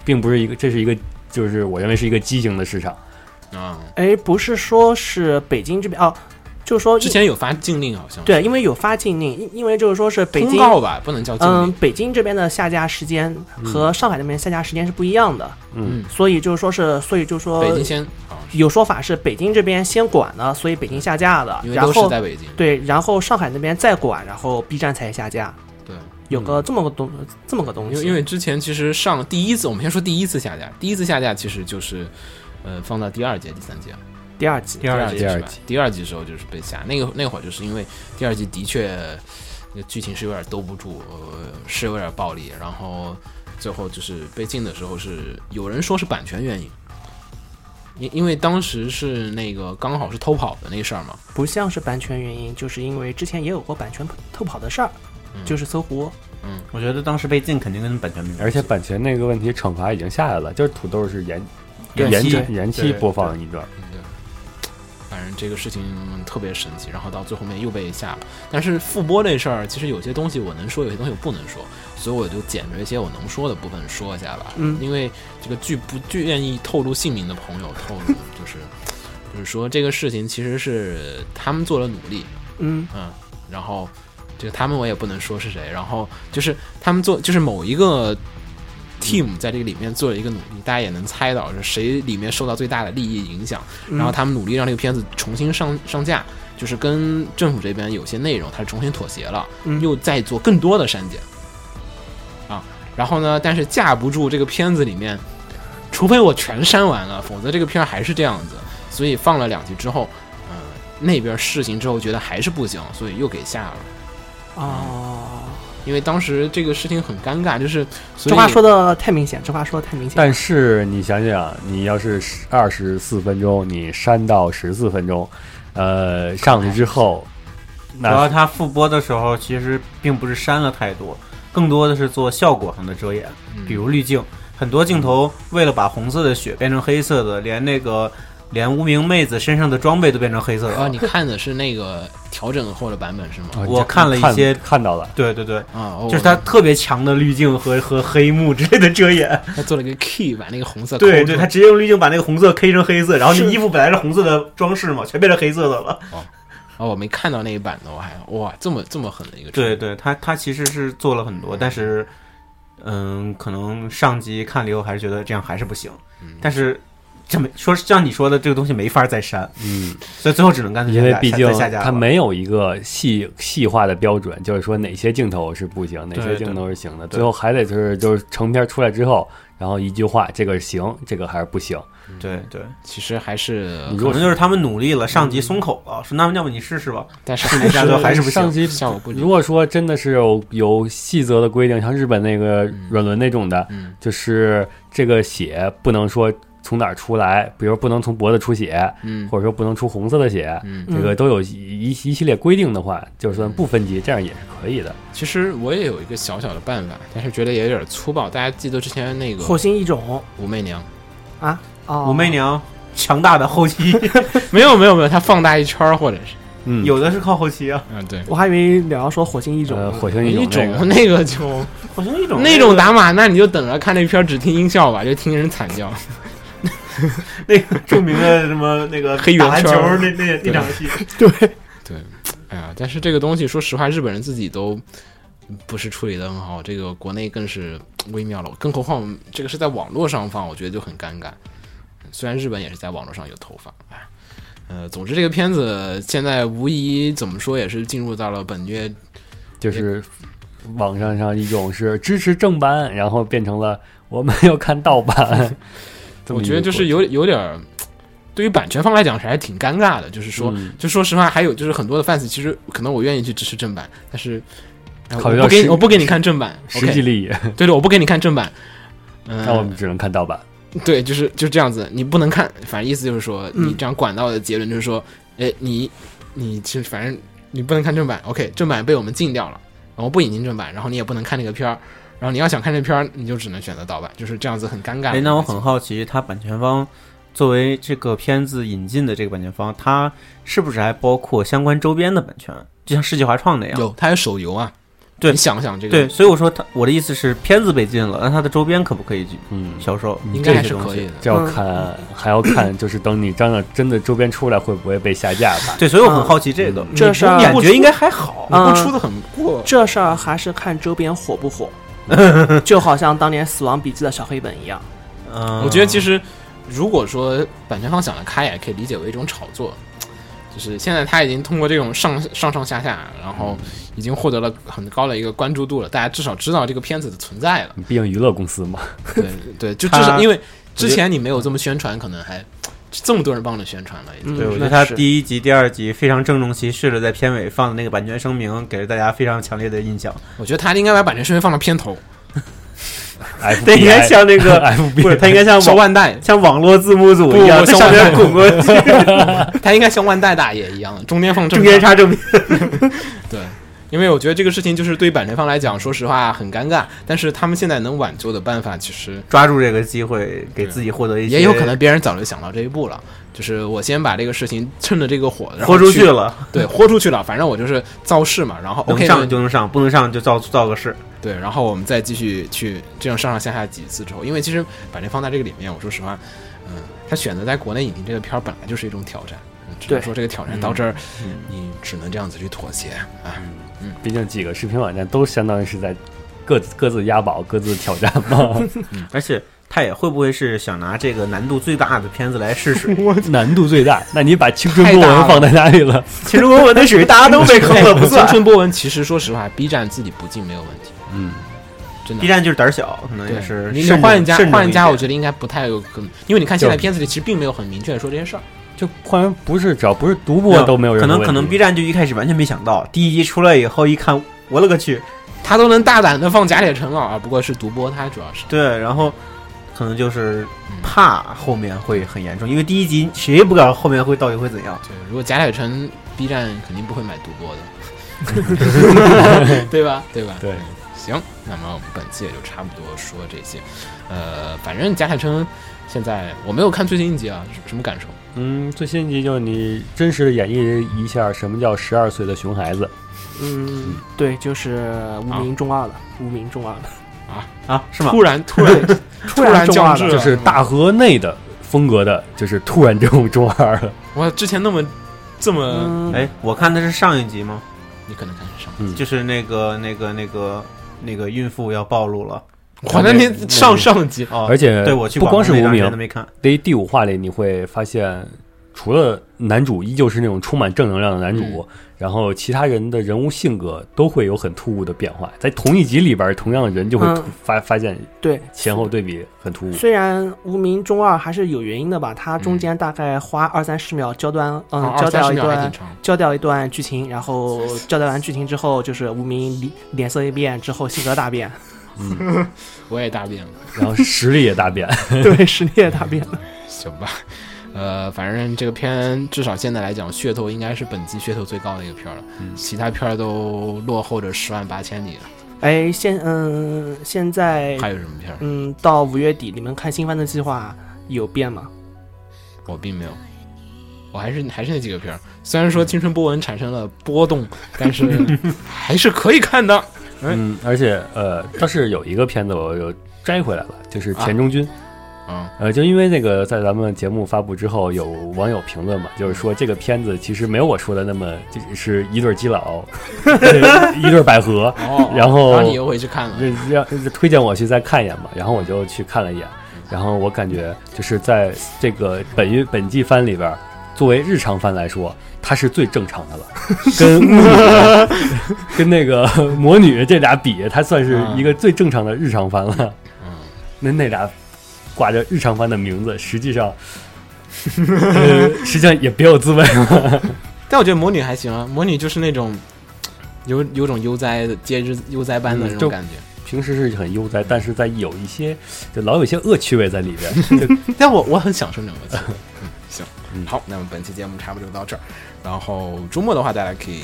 并不是一个，这是一个，就是我认为是一个畸形的市场，啊，哎，不是说是北京这边哦，就是说之前有发禁令好像，，对，因为有发禁令，因因为就是说是北通京告吧，不能叫禁嗯令，，北京这边的下架时间嗯和上海那边下架时间是不一样的，嗯所以就是说是，所以就是说北京先啊，有说法是北京这边先管了，所以北京下架了因，为然都是后在北京，对，然后上海那边再管，然后 B 站才下架，对，有个这么个东这么个嗯东因为西，因为之前其实上第一次，我们先说第一次下架，第一次下架其实就是，呃，放到第二届、第三届，第二季第二季集第是二吧季？第二季的时候就是被下，那个那会儿就是因为第二季的确那个剧情是有点兜不住，呃，是有点暴力，然后最后就是被禁的时候是有人说是版权原因。因因为当时是那个刚好是偷跑的那事儿嘛，不像是版权原因，就是因为之前也有过版权偷跑的事儿，嗯就是搜狐，我觉得当时被禁肯定跟版权没有关而系，且版权那个问题惩罚已经下来了，就是土豆是延延延期期延期对播放一段，对，反正这个事情特别神奇，然后到最后面又被下了。但是复播这事儿，其实有些东西我能说，有些东西我不能说，所以我就捡着一些我能说的部分说一下吧。嗯因为这个剧不剧愿意透露姓名的朋友透露，就是就是说这个事情其实是他们做了努力，嗯，嗯，然后这个他们我也不能说是谁，然后就是他们做就是某一个 team 在这个里面做了一个努力，大家也能猜到是谁里面受到最大的利益影响，嗯然后他们努力让这个片子重新上上架，就是跟政府这边有些内容它是重新妥协了，嗯又在做更多的删减啊，然后呢，但是架不住这个片子里面，除非我全删完了，否则这个片儿还是这样子，所以放了两集之后，嗯、那边试行之后觉得还是不行，所以又给下了。哦，因为当时这个事情很尴尬，就是所以这话说的太明显，这话说的太明显，但是你想想，你要是二十四分钟，你删到十四分钟，呃，上去之后，主要那它复播的时候其实并不是删了太多，更多的是做效果上的遮掩，嗯比如滤镜，很多镜头为了把红色的血变成黑色的，连那个连无名妹子身上的装备都变成黑色啊，的。你看的是那个调整后的版本是吗？我看了一些哦看看到了，对对对，啊，哦就是它特别强的滤镜和 [laughs] 和黑幕之类的 [laughs] 遮掩。他做了一个 key，把那个红色抠对对，出它来直接用滤镜把那个红色 K 成黑色，然后是你衣服本来是红色的装饰嘛，全变成黑色的 [laughs] 了。哦，我没看到那一版的，我还哇，这么这么狠的一个处理对，对，它它其实是做了很多，但是嗯，可能上集看了以后还是觉得这样还是不行，嗯但是。这没说像你说的这个东西没法再删，嗯，所以最后只能干脆因为下架毕竟再下架了它没有一个细细化的标准，就是说哪些镜头是不行，哪对些对镜头是行的，对最后还得就是就是成片出来之后，然后一句话，这个行，这个还是不行，对对，其实还是，你如可果能就是他们努力了，上级松口了，说那要不你试试吧，但是大家都还是不上行。级效果不如行。果说真的是有有细则的规定，像日本那个软轮那种的，嗯就是这个血不能说从哪儿出来，比如不能从脖子出血，嗯或者说不能出红色的血，嗯，这个都有一一一系列规定的话，就算不分级，这样也是可以的。其实我也有一个小小的办法，但是觉得也有点粗暴。大家记得之前那火个星异种武媚娘？啊，哦，武媚娘强大的后期， [laughs] 没有没有没有，她放大一圈儿，或者是嗯， [laughs] 有的是靠后期啊。嗯对，我还以为你要说火星异种呃呢，火星一种那种个那个 [laughs] 就好像一种那种打码，那你就等着看那片儿，只听音效吧，就听人惨叫。那个著名的什么那个黑圆打篮球圈儿那那那场戏，对，哎呀，但是这个东西，说实话，日本人自己都不是处理的很好，这个国内更是微妙了。更何况这个是在网络上放，我觉得就很尴尬。虽然日本也是在网络上有投放，哎，呃，总之这个片子现在无疑怎么说也是进入到了本月，就是网上上一种是支持正版，然后变成了我们要看盗版。 [laughs] 这么我一觉得个就是过有有点儿。对于版权方来讲是还挺尴尬的，就是说，嗯就说实话，还有就是很多的 fans，其实可能我愿意去支持正版，但是哎考我虑到不给你实我不给你看正版实际，OK，嗯利益，对对，我不给你看正版，嗯、那我们只能看盗版。对，就是就这样子，你不能看，反正意思就是说，嗯你这样管道的结论就是说，哎，你你其实反正你不能看正版，OK，正版被我们禁掉了，然后不引进正版，然后你也不能看那个片儿，然后你要想看这片儿，你就只能选择盗版，就是这样子很尴尬。 [laughs] 哎，那我很好奇，他版权方作为这个片子引进的这个版权方，他是不是还包括相关周边的版权？就像世纪华创那样，有，它有手游啊，对你想想这个，对，，所以我说他我的意思是，片子被禁了，那它的周边可不可以去嗯，销售？应该还是这些东西可以的。嗯这要看，还要看，就是等你真的真的周边出来，会不会被下架吧？对，所以我很好奇这个，嗯这事儿我嗯感不觉应该还好。你不出的很过，这事儿还是看周边火 [laughs] 不火，就好像当年《死亡笔记》的小黑本一样。嗯，我觉得其实如果说版权方想得开，也可以理解为一种炒作。就是现在他已经通过这种上上上下下，然后已经获得了很高的一个关注度了，大家至少知道这个片子的存在了。你毕竟娱乐公司 [laughs] 嘛，对对，就至少他因为之前你没有这么宣传，可能还这么多人帮着宣传了。已经嗯对，我觉得那他是第一集、第二集非常郑重其事的在片尾放的那个版权声明，给了大家非常强烈的 [laughs] 印象。我觉得他应该把版权声明放到片头， FBI 对，应 [laughs] 该像那个，哎不是，他应 FBI，该像像 [laughs] 网万代，像网络字幕组不一样，我在像上面万代滚过去，他应该像万代大爷一样，中间放正中间常插正片。 [laughs] 对，因为我觉得这个事情就是对于版权方来讲，说实话很尴尬，但是他们现在能挽救的办法，其实抓住这个机会，给自己获得一些，也有可能别人早就想到这一步了。就是我先把这个事情趁着这个火，然后豁出去去， [laughs] 了，对，豁出去了，反正我就是造势嘛。然后能 OK，上就能上，不能上就造造个势。对，然后我们再继续去这样上上下下几次之后，因为其实版权方在这个里面，我说实话，嗯，他选择在国内引进这个片儿本来就是一种挑战，嗯只能对说这个挑战到这儿，嗯你只能这样子去妥协啊。毕竟几个视频网站都相当于是在各自各自押宝、各自挑战 [laughs] 嘛，嗯而且他也会不会是想拿这个难度最大的片子来试 [laughs] 试？难度最大。那你把青春太公大文了放在哪里了？其实我我那属于大家都被坑了，不青算。春波纹其实哎说实话，B 站自己不进没有问题，嗯，真的 B。站就是胆儿小，可能对也是你慎重换一家慎重换一家，我点觉得应该不太有可能，因为你看现在就片子里其实并没有很明确的说这些事儿。就换成不是，只要不是独播都没有人可能可能 B 站就一开始完全没想到，第一集出来以后一看，我勒个去！他都能大胆的放假铁城了啊，不过是独播，他主要是对，然后可能就是怕后面会很严重，因为第一集谁也不知道后面会到底会怎样。对，如果假铁城 B 站肯定不会买独播的， [laughs] 对吧？对吧？对，行，那么我们本期也就差不多说这些。呃，反正假铁城现在我没有看最新一集啊，是什么感受？嗯，最新一集就是你真实的演绎一下什么叫十二岁的熊孩子，嗯，对，就是无啊名中二了，无名中二了，啊，是吗？突然突然突然中降二智了了，就是大河内的风格的，就是突然这种中二了。我之前那么这么，嗯，哎，我看的是上一集吗？你可能看上。就是那个那个那个那个孕妇要暴露了我那天上上集哦，而且对我去不光是广无东那名段时间都，没看，第第五话里你会发现，除了男主依旧是那种充满正能量的男嗯主，然后其他人的人物性格都会有很突兀的变化，在同一集里边，同样的人就会嗯突发、发现对，前后对比很 [laughs] 嗯突兀。虽然无名中二还是有原因的吧，他中间大概花二三十秒交段，嗯，哦二交三代十一秒还段挺。长。交代一段剧情，然后交代完剧情之后，就是无名脸脸色一变之后，性格大 [laughs] 变，我也大便了， [laughs] 然后实力也大变，对， [laughs] 实力也大变了。行吧。呃，反正这个片至少现在来讲，噱头应该是本季噱头最高的一个片儿了，其他片儿都落后着十万八千里了。哎，现嗯，现在还有什么片儿？嗯，到五月底，你们看新番的计划有变吗？我并没有，我还是还是那几个片儿。虽然说青春波纹产生了波动，但是还是可以看的。嗯，而且呃，倒是有一个片子我有摘回来了，就是啊田中君，嗯，呃，就因为那个在咱们节目发布之后，有网友评论嘛，就是说这个片子其实没有我说的那么，就是一对基佬， [laughs] 一对百合，哦，然后你又回去看了，让让推荐我去再看一眼吧，然后我就去看了一眼，然后我感觉就是在这个本月本季番里边儿，作为日常番来说，它是最正常的了，跟巫女跟那个魔女这俩比，它算是一个最正常的日常番了。嗯，那那俩挂着日常番的名字，实际上， [laughs] 呃，实际上也别有滋味。但我觉得魔女还行啊，魔女就是那种有有种悠哉的皆知悠哉般的嗯那就种感觉。平时是很悠哉，但是在有一些就老有一些恶趣味在里边。就但我我很享受这种东西。 [laughs] 嗯，行，嗯好，那么本期节目差不多就到这儿。然后周末的话，大家可以。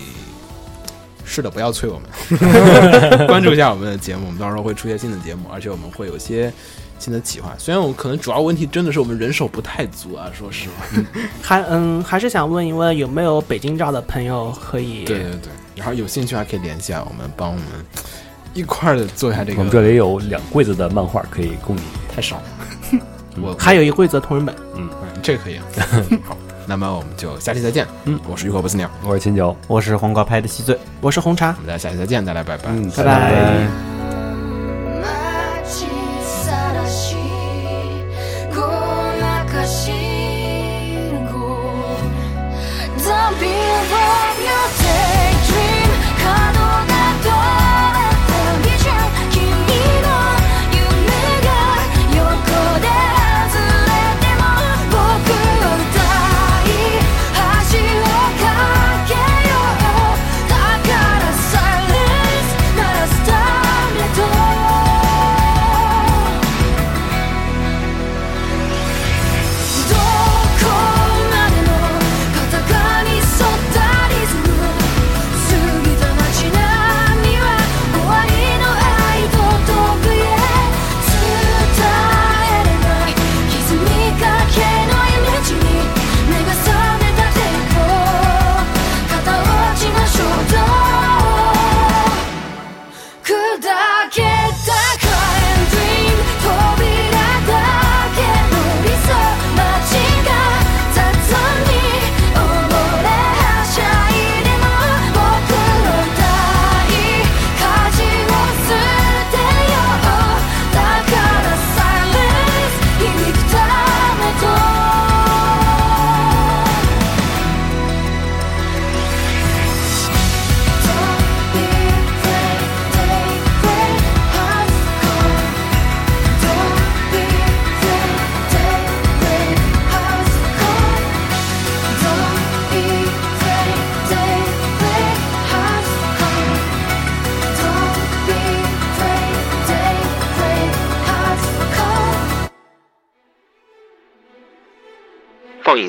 是的，不要催我 [laughs] 们，关注一下我们的节目，我们到时候会出些新的节目，而且我们会有一些新的企划。虽然我可能主要问题真的是我们人手不太足啊，说实话。还嗯，还是想问一问有没有北京照的朋友可以对对对，然后有兴趣还可以联系啊，我们帮我们一块儿的做一下这个。我们这里有两柜子的漫画可以供你。太少了，我还有一规则同人本。嗯这个可 [laughs] 以啊。好，那么我们就下期再见。嗯，我是雨果不死鸟，我是秦九，我是黄瓜拍的西醉，我是红茶我，们大家下期再见，大家拜拜。拜拜街晒しごまかしご The beat of your daydream 角が取れたビジョン君の夢が横で外れても僕を歌い橋を架けようだから silence 鳴らすためと「どこまでも戦いに沿ったリズム」「過ぎた街並みは終わりの愛と遠くへ」「伝えれない歪みかけのイメージに目が覚めた抵抗」「片落ちの衝動」砕けた Crying Dream 扉だけの理想街が雑に溺れはしゃいでも僕の代舵を捨てようだから Silence 響くためと「Don't be afraid, take great hearts go」「Don't be afraid, take great hearts go」「Don't be afraid, take great hearts go」「Don't be afraid, take great hearts go」放映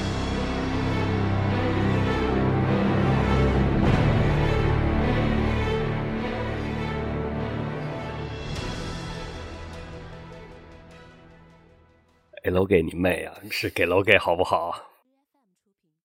给楼给你妹啊！是给楼给好不好？